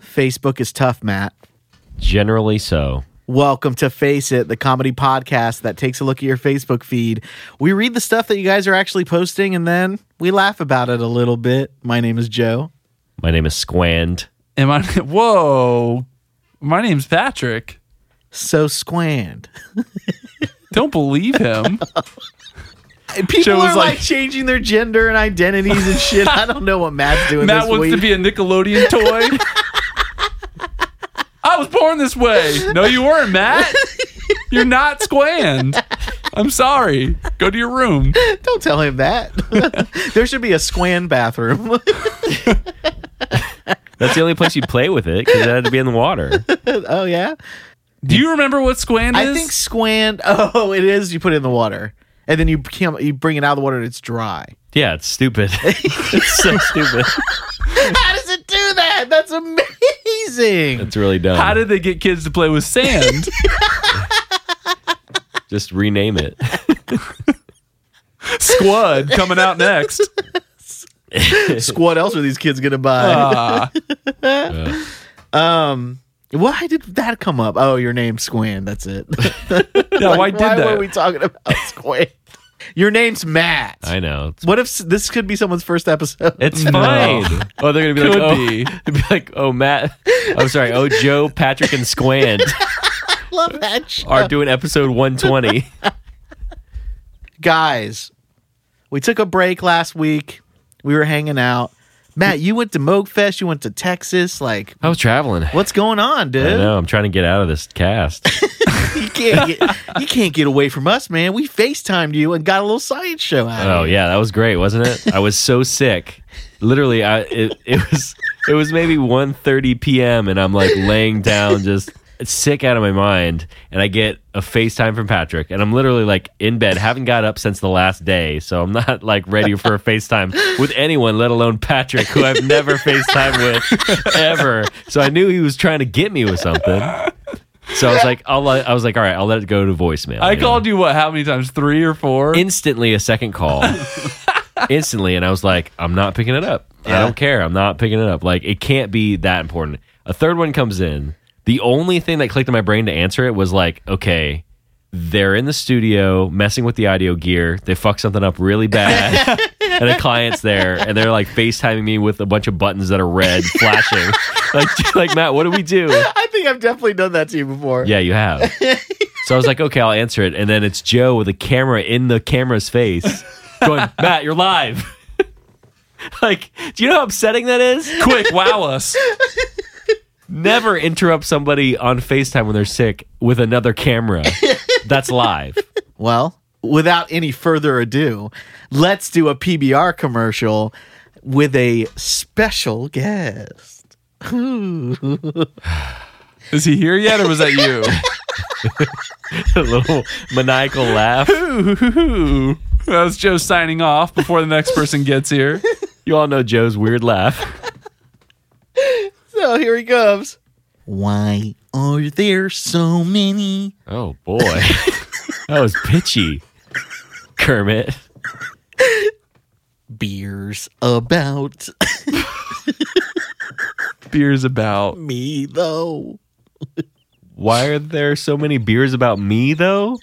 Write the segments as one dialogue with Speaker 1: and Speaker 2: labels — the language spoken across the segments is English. Speaker 1: Facebook is tough, Matt.
Speaker 2: Generally so.
Speaker 1: Welcome to Face It, the comedy podcast that takes a look at your Facebook feed. We read the stuff that you guys are actually posting and then we laugh about it a little bit. My name is Joe.
Speaker 2: My name is Squand.
Speaker 3: And my whoa, my name's Patrick.
Speaker 1: So squand.
Speaker 3: Don't believe him.
Speaker 1: People
Speaker 3: Joe
Speaker 1: are
Speaker 3: was
Speaker 1: like,
Speaker 3: like-
Speaker 1: changing their gender and identities and shit. I don't know what Matt's doing
Speaker 3: Matt
Speaker 1: this
Speaker 3: wants
Speaker 1: week.
Speaker 3: to be a Nickelodeon toy. I was born this way. No, you weren't, Matt. You're not squand. I'm sorry. Go to your room.
Speaker 1: don't tell him that. there should be a squand bathroom.
Speaker 2: That's the only place you'd play with it because it had to be in the water.
Speaker 1: oh yeah.
Speaker 3: Do you remember what squand is?
Speaker 1: I think squand. Oh, it is. You put it in the water, and then you can't, you bring it out of the water, and it's dry.
Speaker 2: Yeah, it's stupid. it's so stupid.
Speaker 1: How does it do that? That's amazing.
Speaker 2: It's really dumb.
Speaker 3: How did they get kids to play with sand?
Speaker 2: Just rename it.
Speaker 3: Squad coming out next.
Speaker 1: Squad else are these kids gonna buy?
Speaker 2: Uh,
Speaker 3: Ah,
Speaker 1: um, why did that come up? Oh, your name Squand. That's it.
Speaker 3: yeah, why did
Speaker 1: why
Speaker 3: that?
Speaker 1: were we talking about Squand? Your name's Matt.
Speaker 2: I know. It's,
Speaker 1: What if s- this could be someone's first episode?
Speaker 2: it's
Speaker 3: No.
Speaker 2: fine. Oh, they're gonna be
Speaker 3: Could
Speaker 2: like, oh,
Speaker 3: be.
Speaker 2: they'd be like, oh, Matt. I'm sorry. Oh, Joe, Patrick, and Squand
Speaker 1: Love that show.
Speaker 2: are doing episode 120.
Speaker 1: guys, we took a break last week. We were hanging out. Matt, you went to Moogfest. You went to Texas. Like,
Speaker 2: I was traveling.
Speaker 1: what's going on, dude?
Speaker 2: I know. I'm trying to get out of this cast.
Speaker 1: You can't get you can't get away from us, man. We FaceTimed you and got a little science show out.
Speaker 2: Oh
Speaker 1: of it.
Speaker 2: yeah, that was great, wasn't it? I was so sick. Literally, I it, it was it was maybe 1.30 p.m. and I'm like laying down just sick out of my mind and I get a FaceTime from Patrick and I'm literally like in bed, haven't got up since the last day, so I'm not like ready for a FaceTime with anyone, let alone Patrick, who I've never FaceTime with ever. So I knew he was trying to get me with something. So I was like, I'll let, I was like, all right, I'll let it go to voicemail.
Speaker 3: I
Speaker 2: you know?
Speaker 3: called you what? How many times? Three or four?
Speaker 2: instantly a second call instantly and i was like i'm not picking it up i
Speaker 1: Yeah.
Speaker 2: don't care i'm not picking it up like it can't be that important a third one comes in the only thing that clicked in my brain to answer it was like okay they're in the studio messing with the audio gear they fuck something up really bad and a client's there and they're like facetiming me with a bunch of buttons that are red flashing like, like matt what do we do
Speaker 1: I think I've definitely done that to you before.
Speaker 2: yeah, you have. so I was like, okay, I'll answer it. And then it's Joe with a camera in the camera's face going, Matt, you're live. like, do you know how upsetting that is?
Speaker 3: Quick, wow us.
Speaker 2: Never interrupt somebody on FaceTime when they're sick with another camera. That's live.
Speaker 1: Well, without any further ado, let's do a PBR commercial with a special guest.
Speaker 3: Is he here yet or was that you?
Speaker 2: a little maniacal laugh.
Speaker 3: Ooh, that was Joe signing off before the next person gets here.
Speaker 2: You all know Joe's weird laugh.
Speaker 1: So here he comes. Why are there so many?
Speaker 2: Oh, boy. that was pitchy, Kermit.
Speaker 1: beers about
Speaker 3: Beer's about.
Speaker 1: me though.
Speaker 2: Why are there so many beers about me though?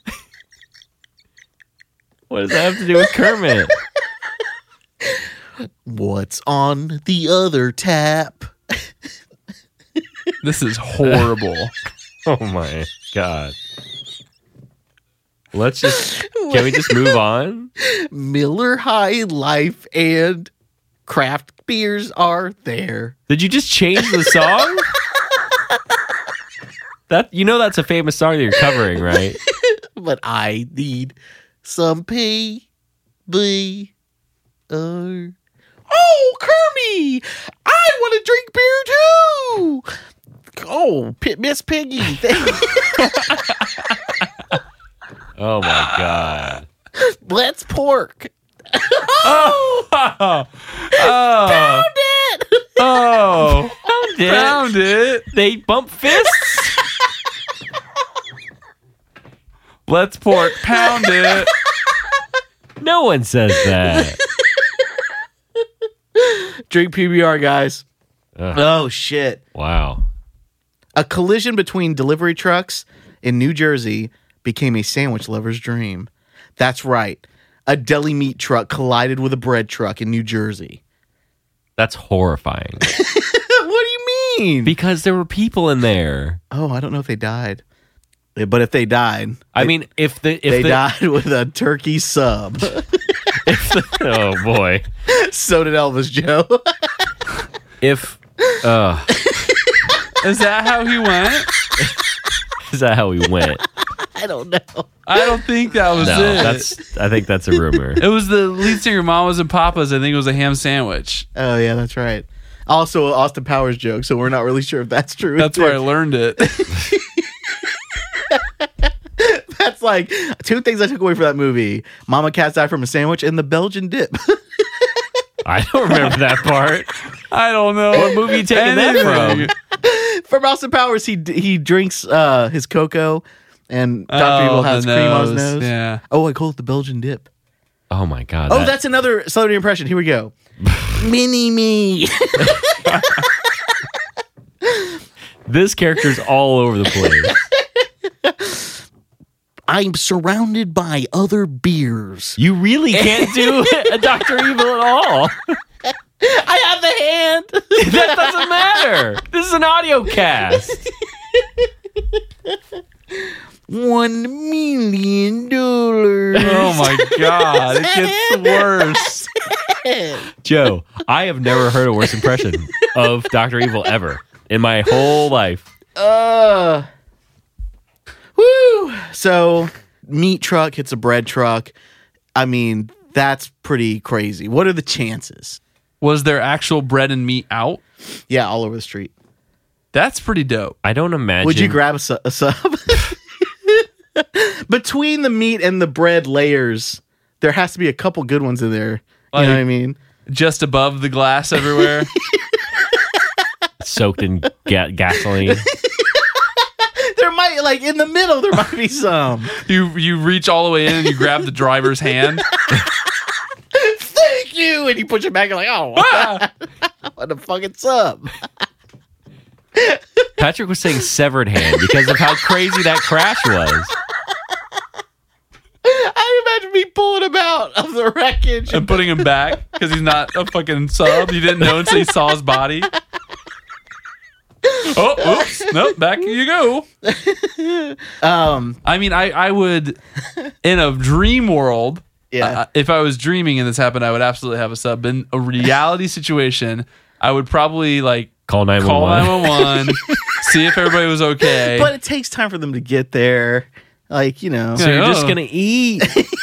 Speaker 2: what does that have to do with Kermit?
Speaker 1: What's on the other tap?
Speaker 3: This is horrible.
Speaker 2: oh my god. Let's just can we just move on?
Speaker 1: Miller High Life and craft beers are there.
Speaker 2: Did you just change the song? That you know that's a famous song that you're covering, right?
Speaker 1: But I need some P B R. Oh, Kermie! I want to drink beer too! Oh, P- Miss Piggy.
Speaker 2: Oh my god.
Speaker 1: Let's pork.
Speaker 3: oh, oh, oh,
Speaker 1: Dad!
Speaker 3: oh,
Speaker 2: Found it.
Speaker 3: found it.
Speaker 2: They bump fists.
Speaker 3: Let's pork pound it.
Speaker 2: No one says that.
Speaker 1: Drink PBR, guys. Oh shit.
Speaker 2: Wow.
Speaker 1: A collision between delivery trucks in New Jersey became a sandwich lover's dream. That's right. A deli meat truck collided with a bread truck in New Jersey.
Speaker 2: That's horrifying.
Speaker 1: what do you mean?
Speaker 2: because there were people in there.
Speaker 1: oh, I don't know if they died. Eh, But if they died,
Speaker 2: I mean, if the if
Speaker 1: they
Speaker 2: the,
Speaker 1: died with a turkey sub.
Speaker 2: if the- oh boy,
Speaker 1: so did Elvis Joe.
Speaker 2: if uh,
Speaker 3: Is that how he went?
Speaker 2: is that how we went?
Speaker 1: I don't know.
Speaker 3: I don't think that was
Speaker 2: No,
Speaker 3: it.
Speaker 2: that's I think that's a rumor.
Speaker 3: It was the lead singer Mamas and Papas. I think it was a ham sandwich.
Speaker 1: Oh yeah, that's right. Also, a Austin Powers joke, so we're not really sure if that's true.
Speaker 3: That's where I
Speaker 1: either.
Speaker 3: learned it.
Speaker 1: That's like two things I took away from that movie: Mama Cat's Eye from a sandwich and the Belgian dip.
Speaker 2: I don't remember that part.
Speaker 3: I don't know.
Speaker 2: What movie you taking that
Speaker 3: Anything.
Speaker 1: from Austin Powers, he he drinks uh, his cocoa, and Doctor
Speaker 3: Oh,
Speaker 1: Evil
Speaker 3: the
Speaker 1: has cream on his
Speaker 3: nose,
Speaker 1: nose.
Speaker 3: yeah.
Speaker 1: Oh, I call it the Belgian dip.
Speaker 2: Oh my god.
Speaker 1: Oh,
Speaker 2: that-
Speaker 1: that's another celebrity impression. Here we go. Mini me.
Speaker 2: this character's all over the place.
Speaker 1: I'm surrounded by other beers.
Speaker 2: You really can't do a Doctor Evil at all.
Speaker 1: I have the hand.
Speaker 2: That doesn't matter. This is an audio cast.
Speaker 1: One million dollars.
Speaker 3: Oh my god, it gets worse.
Speaker 2: Joe, I have never heard a worse impression of Doctor Evil ever in my whole life.
Speaker 1: Uh, woo. So, meat truck hits a bread truck. I mean, that's pretty crazy. What are the chances?
Speaker 3: Was there actual bread and meat out?
Speaker 1: Yeah, all over the street.
Speaker 3: That's pretty dope.
Speaker 2: I don't imagine.
Speaker 1: Would you grab a, su- a sub? Between the meat and the bread layers, there has to be a couple good ones in there. You know what I
Speaker 3: Like-
Speaker 1: mean?
Speaker 3: Just above the glass everywhere.
Speaker 2: soaked in ga- gasoline?
Speaker 1: There might, like, in the middle, there might be some.
Speaker 3: you you reach all the way in and you grab the driver's hand.
Speaker 1: Thank you. And you push it back and, like, oh, what the fuck it's up?
Speaker 2: Patrick was saying severed hand because of how crazy that crash was.
Speaker 1: I imagine me pulling him out of the wreckage.
Speaker 3: and putting him back because he's not a fucking sub. You didn't know until you saw his body. Oh, oops. Nope, back you go.
Speaker 1: Um,
Speaker 3: I mean, I, I would, in a dream world,
Speaker 1: Yeah.
Speaker 3: uh, if I was dreaming and this happened, I would absolutely have a sub. In a reality situation, I would probably like
Speaker 2: Call
Speaker 3: call
Speaker 2: 911.
Speaker 3: 911, see if everybody was okay.
Speaker 1: but it takes time for them to get there. Like, you know.
Speaker 2: So you're just
Speaker 3: Oh.
Speaker 2: going to eat.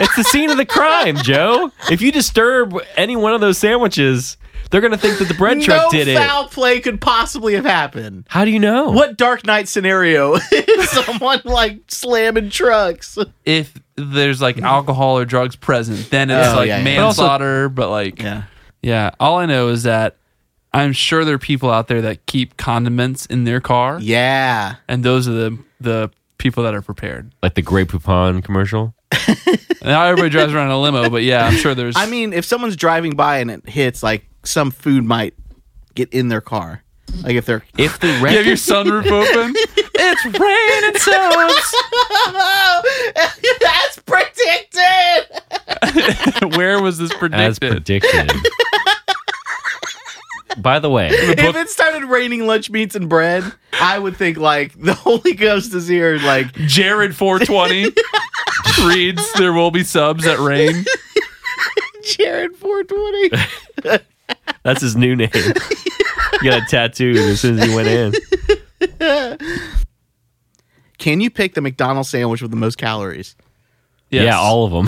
Speaker 2: It's the scene of the crime, Joe. If you disturb any one of those sandwiches, they're going to think that the bread
Speaker 1: No
Speaker 2: truck did it.
Speaker 1: foul play could possibly have happened.
Speaker 2: How do you know?
Speaker 1: What Dark Knight scenario is someone like slamming trucks?
Speaker 3: if there's like alcohol or drugs present, then it's
Speaker 1: Oh,
Speaker 3: like
Speaker 1: yeah, yeah. But
Speaker 2: also-
Speaker 3: manslaughter, but like. Yeah, all I know is that I'm sure there are people out there that keep condiments in their car,
Speaker 1: Yeah.
Speaker 3: and those are the the people that are prepared.
Speaker 2: Like the Grey Poupon commercial?
Speaker 3: Now everybody drives around in a limo, but yeah, I'm sure there's.
Speaker 1: I mean, if someone's driving by and it hits, like, some food might get in their car. Like, if they're.
Speaker 2: If the
Speaker 3: you have
Speaker 2: wreck
Speaker 3: your sunroof open. it's raining
Speaker 1: That's
Speaker 3: stones.
Speaker 1: predicted!
Speaker 3: Where was this
Speaker 2: as
Speaker 3: predicted?
Speaker 2: predicted. By the way,
Speaker 1: If it started raining lunch meats and bread, I would think, like, the Holy Ghost is here. Like,
Speaker 3: Jared 420 reads there will be subs at rain.
Speaker 1: Jared 420.
Speaker 2: that's his new name. He got a tattoo as soon as he went in.
Speaker 1: Can you pick the McDonald's sandwich with the most calories?
Speaker 3: Yes.
Speaker 2: Yeah, all of them.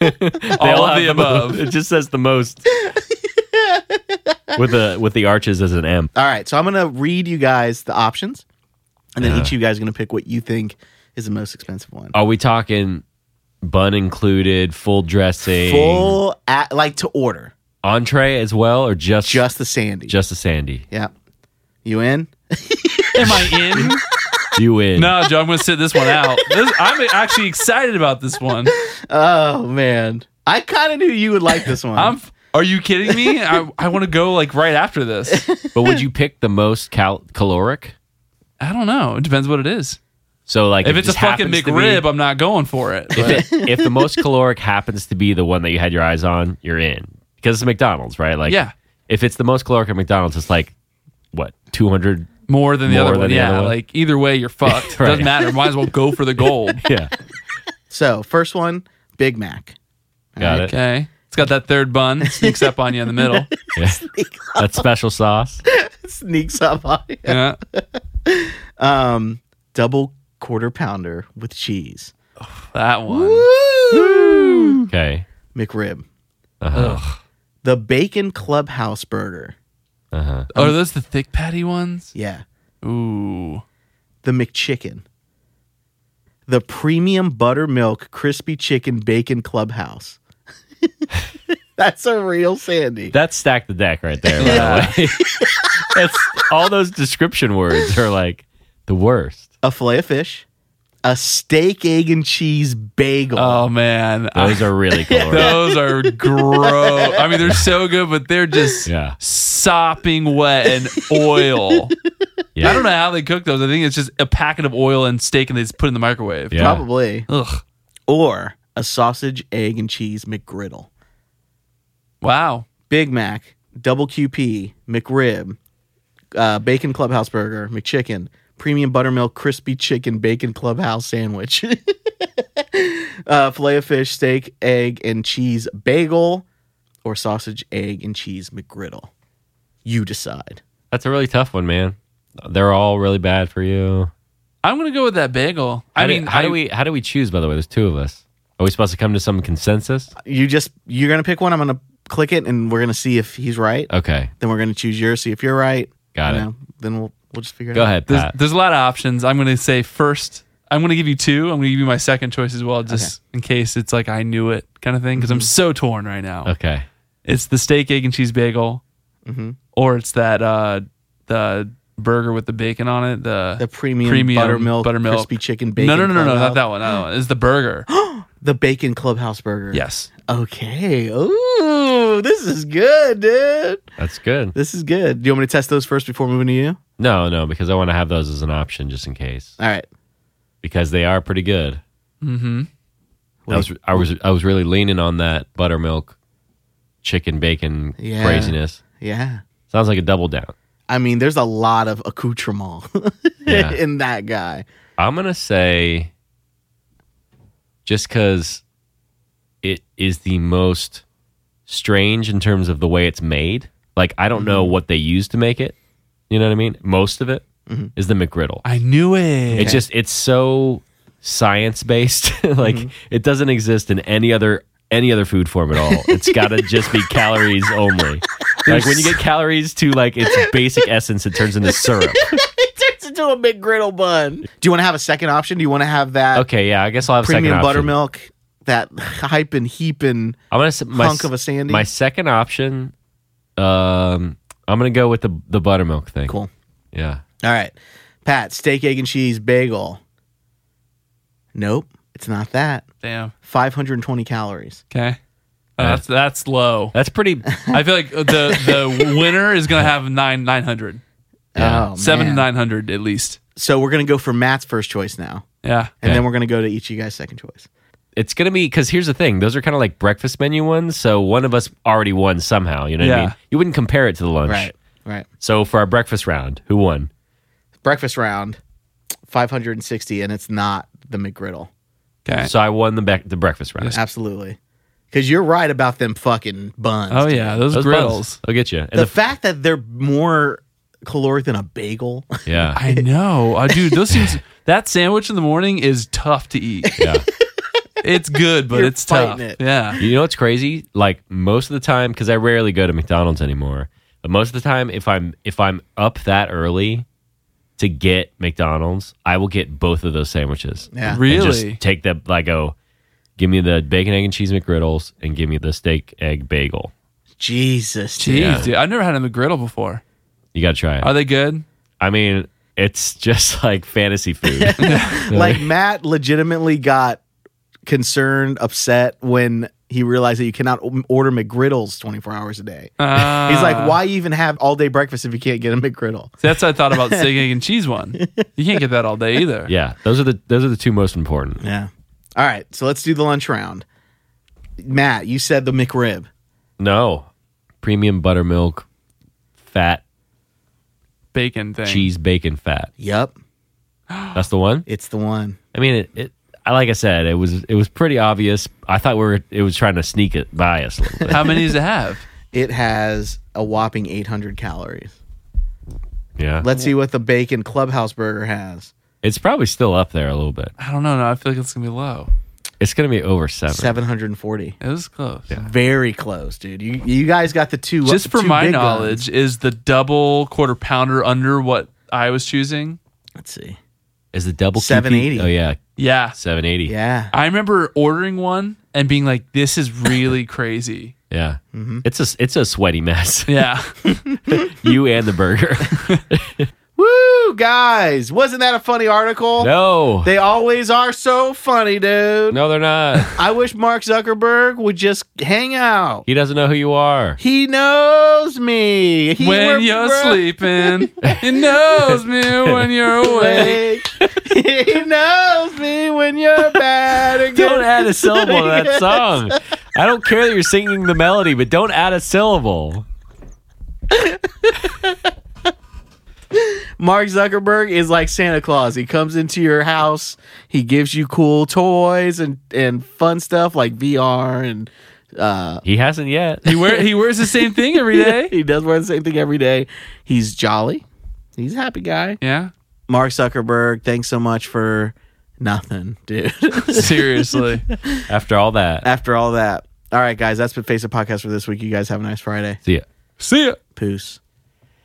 Speaker 2: they
Speaker 3: All of
Speaker 2: have
Speaker 3: the above.
Speaker 2: It just says the most with the with the arches as an M.
Speaker 1: All right, so I'm gonna read you guys the options, and then each of you guys are gonna pick what you think is the most expensive one.
Speaker 2: Are we talking bun included, full dressing,
Speaker 1: Full, at, like to order,
Speaker 2: entree as well, or just
Speaker 1: just the sandy.
Speaker 2: just a sandy?
Speaker 1: yeah, you in?
Speaker 3: Am I
Speaker 2: You win.
Speaker 3: in? No, Joe, I'm going to sit this one out. This, I'm actually excited about this one.
Speaker 1: Oh man, I kind of knew you would like this one.
Speaker 3: I'm f- Are you kidding me? I, I want to go like right after this.
Speaker 2: But would you pick the most cal- caloric?
Speaker 3: I don't know. It depends what it is.
Speaker 2: So like
Speaker 3: If
Speaker 2: it
Speaker 3: it's a
Speaker 2: just
Speaker 3: fucking
Speaker 2: happens to be-
Speaker 3: McRib, I'm not going for it. but-
Speaker 2: if, it- if the most caloric happens to be the one that you had your eyes on, you're in because it's McDonald's, right? Like,
Speaker 3: Yeah.
Speaker 2: If it's the most caloric at McDonald's, it's like what two hundred?
Speaker 3: More than the
Speaker 2: More
Speaker 3: other
Speaker 2: than
Speaker 3: one.
Speaker 2: the
Speaker 3: yeah.
Speaker 2: other one.
Speaker 3: Like either way, you're fucked.
Speaker 2: Right.
Speaker 3: Doesn't matter. Might as well go for the gold.
Speaker 2: Yeah,
Speaker 1: So first one, Big Mac.
Speaker 2: got it.
Speaker 3: Okay. It's got that third bun, sneaks up on you in the middle.
Speaker 2: Yeah. That special sauce.
Speaker 1: Sneaks up on you.
Speaker 3: Yeah.
Speaker 1: Um, double quarter pounder with cheese.
Speaker 3: That one.
Speaker 2: Okay.
Speaker 1: McRib.
Speaker 2: Uh-huh.
Speaker 1: The Bacon Clubhouse Burger.
Speaker 2: Uh-huh.
Speaker 3: Oh, are those the thick patty ones?
Speaker 1: Yeah.
Speaker 3: Ooh.
Speaker 1: The McChicken. The premium buttermilk crispy chicken bacon clubhouse. That's a real Sandy.
Speaker 2: That's stack the deck right there. By the way, that's all those description words are like the worst.
Speaker 1: a filet of fish, a steak, egg, and cheese bagel.
Speaker 3: Oh man.
Speaker 2: Those are really caloric.
Speaker 3: Those are gross. I mean, they're so good, but they're just
Speaker 2: Yeah.
Speaker 3: sopping wet and oil.
Speaker 2: Yeah.
Speaker 3: I don't know how they cook those. I think it's just a packet of oil and steak and they just put it in the microwave.
Speaker 2: Yeah.
Speaker 1: Probably.
Speaker 3: Ugh.
Speaker 1: Or a sausage, egg, and cheese McGriddle.
Speaker 3: Wow.
Speaker 1: Big Mac, double QP, McRib, uh, bacon clubhouse burger, McChicken, premium buttermilk crispy chicken bacon clubhouse sandwich, uh, filet of fish, steak, egg, and cheese bagel, or sausage, egg, and cheese McGriddle. You decide.
Speaker 2: That's a really tough one, man. They're all really bad for you.
Speaker 3: I'm gonna go with that bagel. I
Speaker 2: How do-
Speaker 3: mean,
Speaker 2: how
Speaker 3: I-
Speaker 2: do we how do we choose? By the way, there's two of us. Are we supposed to come to some consensus?
Speaker 1: You just you're gonna pick one. I'm gonna click it, and we're gonna see if he's right.
Speaker 2: Okay,
Speaker 1: Then we're gonna choose yours. See if you're right.
Speaker 2: Got
Speaker 1: You
Speaker 2: it.
Speaker 1: know, Then we'll we'll just figure it
Speaker 2: go
Speaker 1: out.
Speaker 2: ahead,
Speaker 3: There's,
Speaker 2: Pat.
Speaker 3: there's a lot of options. I'm going to say first. I'm going to give you two. I'm going to give you my second choice as well, just in case it's like I knew it kind of thing. Because I'm so torn right now.
Speaker 2: Mm-hmm. Okay, Mm-hmm.
Speaker 3: It's the steak, egg, and cheese bagel,
Speaker 1: Mhm.
Speaker 3: or it's that uh, the burger with the bacon on it. The,
Speaker 1: The premium,
Speaker 3: Premium
Speaker 1: buttermilk,
Speaker 3: buttermilk.
Speaker 1: crispy chicken bacon.
Speaker 3: no, no, no, no, no, not
Speaker 1: clubhouse.
Speaker 3: that one. Not that one. It's the burger.
Speaker 1: The bacon clubhouse burger.
Speaker 3: yes.
Speaker 1: Okay. Ooh, this is good, dude.
Speaker 2: that's good.
Speaker 1: This is good. Do you want me to test those first before moving to you?
Speaker 2: No, no, because I want to have those as an option just in case
Speaker 1: All right.
Speaker 2: because they are pretty good.
Speaker 3: Mm-hmm.
Speaker 2: I was I was I was really leaning on that buttermilk chicken bacon
Speaker 1: Yeah.
Speaker 2: craziness.
Speaker 1: Yeah.
Speaker 2: Sounds like a double down.
Speaker 1: I mean, there's a lot of accoutrement
Speaker 2: Yeah.
Speaker 1: in that guy.
Speaker 2: I'm gonna say just because it is the most strange in terms of the way it's made. Like I don't know what they use to make it. You know what I mean? Most of it is the McGriddle.
Speaker 3: I knew it.
Speaker 2: It's just it's so science based. like
Speaker 1: Mm-hmm.
Speaker 2: it doesn't exist in any other any other food form at all. It's got to just be calories only. Like when you get calories to like its basic essence, it turns into syrup.
Speaker 1: it turns into a big griddle bun. Do you want to have a second option? Do you want to have that
Speaker 2: Okay, yeah, I guess I'll have a second
Speaker 1: premium
Speaker 2: option.
Speaker 1: buttermilk, that hype and heap and
Speaker 2: I'm gonna s- my,
Speaker 1: hunk
Speaker 2: s-
Speaker 1: of a sandy?
Speaker 2: my second option. Um, I'm gonna go with the the buttermilk thing.
Speaker 1: cool.
Speaker 2: Yeah.
Speaker 1: All right. Pat, steak, egg, and cheese bagel. Nope, it's not that.
Speaker 3: damn.
Speaker 1: 520 calories.
Speaker 3: Okay. Oh, that's that's low.
Speaker 2: That's pretty.
Speaker 3: I feel like the the winner is gonna have nine nine hundred.
Speaker 2: Yeah.
Speaker 1: Oh,
Speaker 3: Seven to
Speaker 1: man.
Speaker 3: nine hundred at least.
Speaker 1: So we're gonna go for Matt's first choice now,
Speaker 3: Yeah.
Speaker 1: and
Speaker 2: Okay.
Speaker 1: then we're gonna go to each of you guys' second choice.
Speaker 2: It's gonna be because here's the thing: those are kind of like breakfast menu ones. So one of us already won somehow. You know what I
Speaker 3: Yeah.
Speaker 2: mean? You wouldn't compare it to the lunch.
Speaker 1: Right, right.
Speaker 2: So for our breakfast round, who won?
Speaker 1: Breakfast round, 560, and it's not the McGriddle.
Speaker 3: Okay.
Speaker 2: So I won the bec- the breakfast round.
Speaker 1: Absolutely, because you're right about them fucking buns.
Speaker 3: Oh
Speaker 1: dude.
Speaker 3: yeah, those,
Speaker 2: Those
Speaker 3: griddles.
Speaker 2: buns, I'll get you. And
Speaker 1: the,
Speaker 2: the,
Speaker 1: fact that they're more caloric than a bagel.
Speaker 2: yeah,
Speaker 3: I know, uh, dude. Those things. That sandwich in the morning is tough to eat.
Speaker 2: yeah.
Speaker 3: It's good, but
Speaker 1: You're
Speaker 3: it's tough.
Speaker 1: fighting it.
Speaker 3: Yeah.
Speaker 2: You know what's crazy? Like most of the time, because I rarely go to McDonald's anymore. But most of the time, if I'm if I'm up that early to get McDonald's, I will get both of those sandwiches.
Speaker 1: Yeah,
Speaker 3: Really?
Speaker 2: And just take the like go. Give me the bacon, egg, and cheese McGriddles, and give me the steak, egg bagel.
Speaker 1: Jesus,
Speaker 3: Jeez,
Speaker 1: dude.
Speaker 2: Yeah.
Speaker 3: dude. I've never had a McGriddle before.
Speaker 2: You gotta try it.
Speaker 3: Are they good?
Speaker 2: I mean, it's just like fantasy food.
Speaker 1: like Matt legitimately got concerned, upset when he realized that you cannot o- order McGriddles 24 hours a day.
Speaker 3: Ah.
Speaker 1: He's like, why even have all day breakfast if you can't get a McGriddle?
Speaker 3: See, that's what I thought about the steak, egg, and cheese one. You can't get that all day either.
Speaker 2: Yeah, those are the those are the two most important.
Speaker 1: Yeah. All right. So let's do the lunch round. Matt, you said the McRib.
Speaker 2: No, premium buttermilk, fat
Speaker 3: Bacon thing.
Speaker 2: cheese bacon fat.
Speaker 1: Yep.
Speaker 2: That's the one.
Speaker 1: It's the one.
Speaker 2: I mean, it, it. I like I said, it was it was pretty obvious. I thought we were it was trying to sneak it by us a little bit.
Speaker 3: How many does it have?
Speaker 1: It has a whopping 800 calories.
Speaker 2: Yeah,
Speaker 1: Let's see what the bacon clubhouse burger has.
Speaker 2: it's probably still up there a little bit.
Speaker 3: I don't know. No, I feel like it's gonna be low.
Speaker 2: It's gonna be over seven.
Speaker 1: 740.
Speaker 3: It was close.
Speaker 1: Very close, dude. You you guys got the two.
Speaker 3: Just for
Speaker 1: two
Speaker 3: my
Speaker 1: big guns.
Speaker 3: knowledge, is the double quarter pounder under what I was choosing?
Speaker 1: Let's see.
Speaker 2: Is the double QP?
Speaker 1: 780.
Speaker 2: Oh yeah,
Speaker 3: Yeah.
Speaker 2: seven eighty.
Speaker 1: Yeah.
Speaker 3: I remember ordering one and being like, "This is really crazy."
Speaker 2: yeah. It's a it's a sweaty mess.
Speaker 3: Yeah.
Speaker 2: you and the burger.
Speaker 1: Woo, guys. Wasn't that a funny article?
Speaker 2: no,
Speaker 1: They always are so funny, dude.
Speaker 2: no, they're not.
Speaker 1: I wish Mark Zuckerberg would just hang out.
Speaker 2: He doesn't know who you are.
Speaker 1: He knows me. He were-
Speaker 3: when you're
Speaker 1: were-
Speaker 3: sleeping, it knows me when you're awake.
Speaker 1: Wait. he knows me when you're bad again.
Speaker 2: Don't add a syllable to that song. I don't care that you're singing the melody, but don't add a syllable.
Speaker 1: Mark Zuckerberg is like Santa Claus. He comes into your house. He gives you cool toys and and fun stuff like VR and uh,
Speaker 2: He hasn't yet.
Speaker 3: He, wear, he wears the same thing every day.
Speaker 1: he does wear the same thing every day. He's jolly. He's a happy guy.
Speaker 3: Yeah.
Speaker 1: Mark Zuckerberg, thanks so much for nothing, dude.
Speaker 3: Seriously.
Speaker 2: After all that,
Speaker 1: After all that. All right, guys, that's been Face It Podcast for this week. You guys have a nice Friday.
Speaker 2: see ya.
Speaker 3: See ya.
Speaker 1: Peace.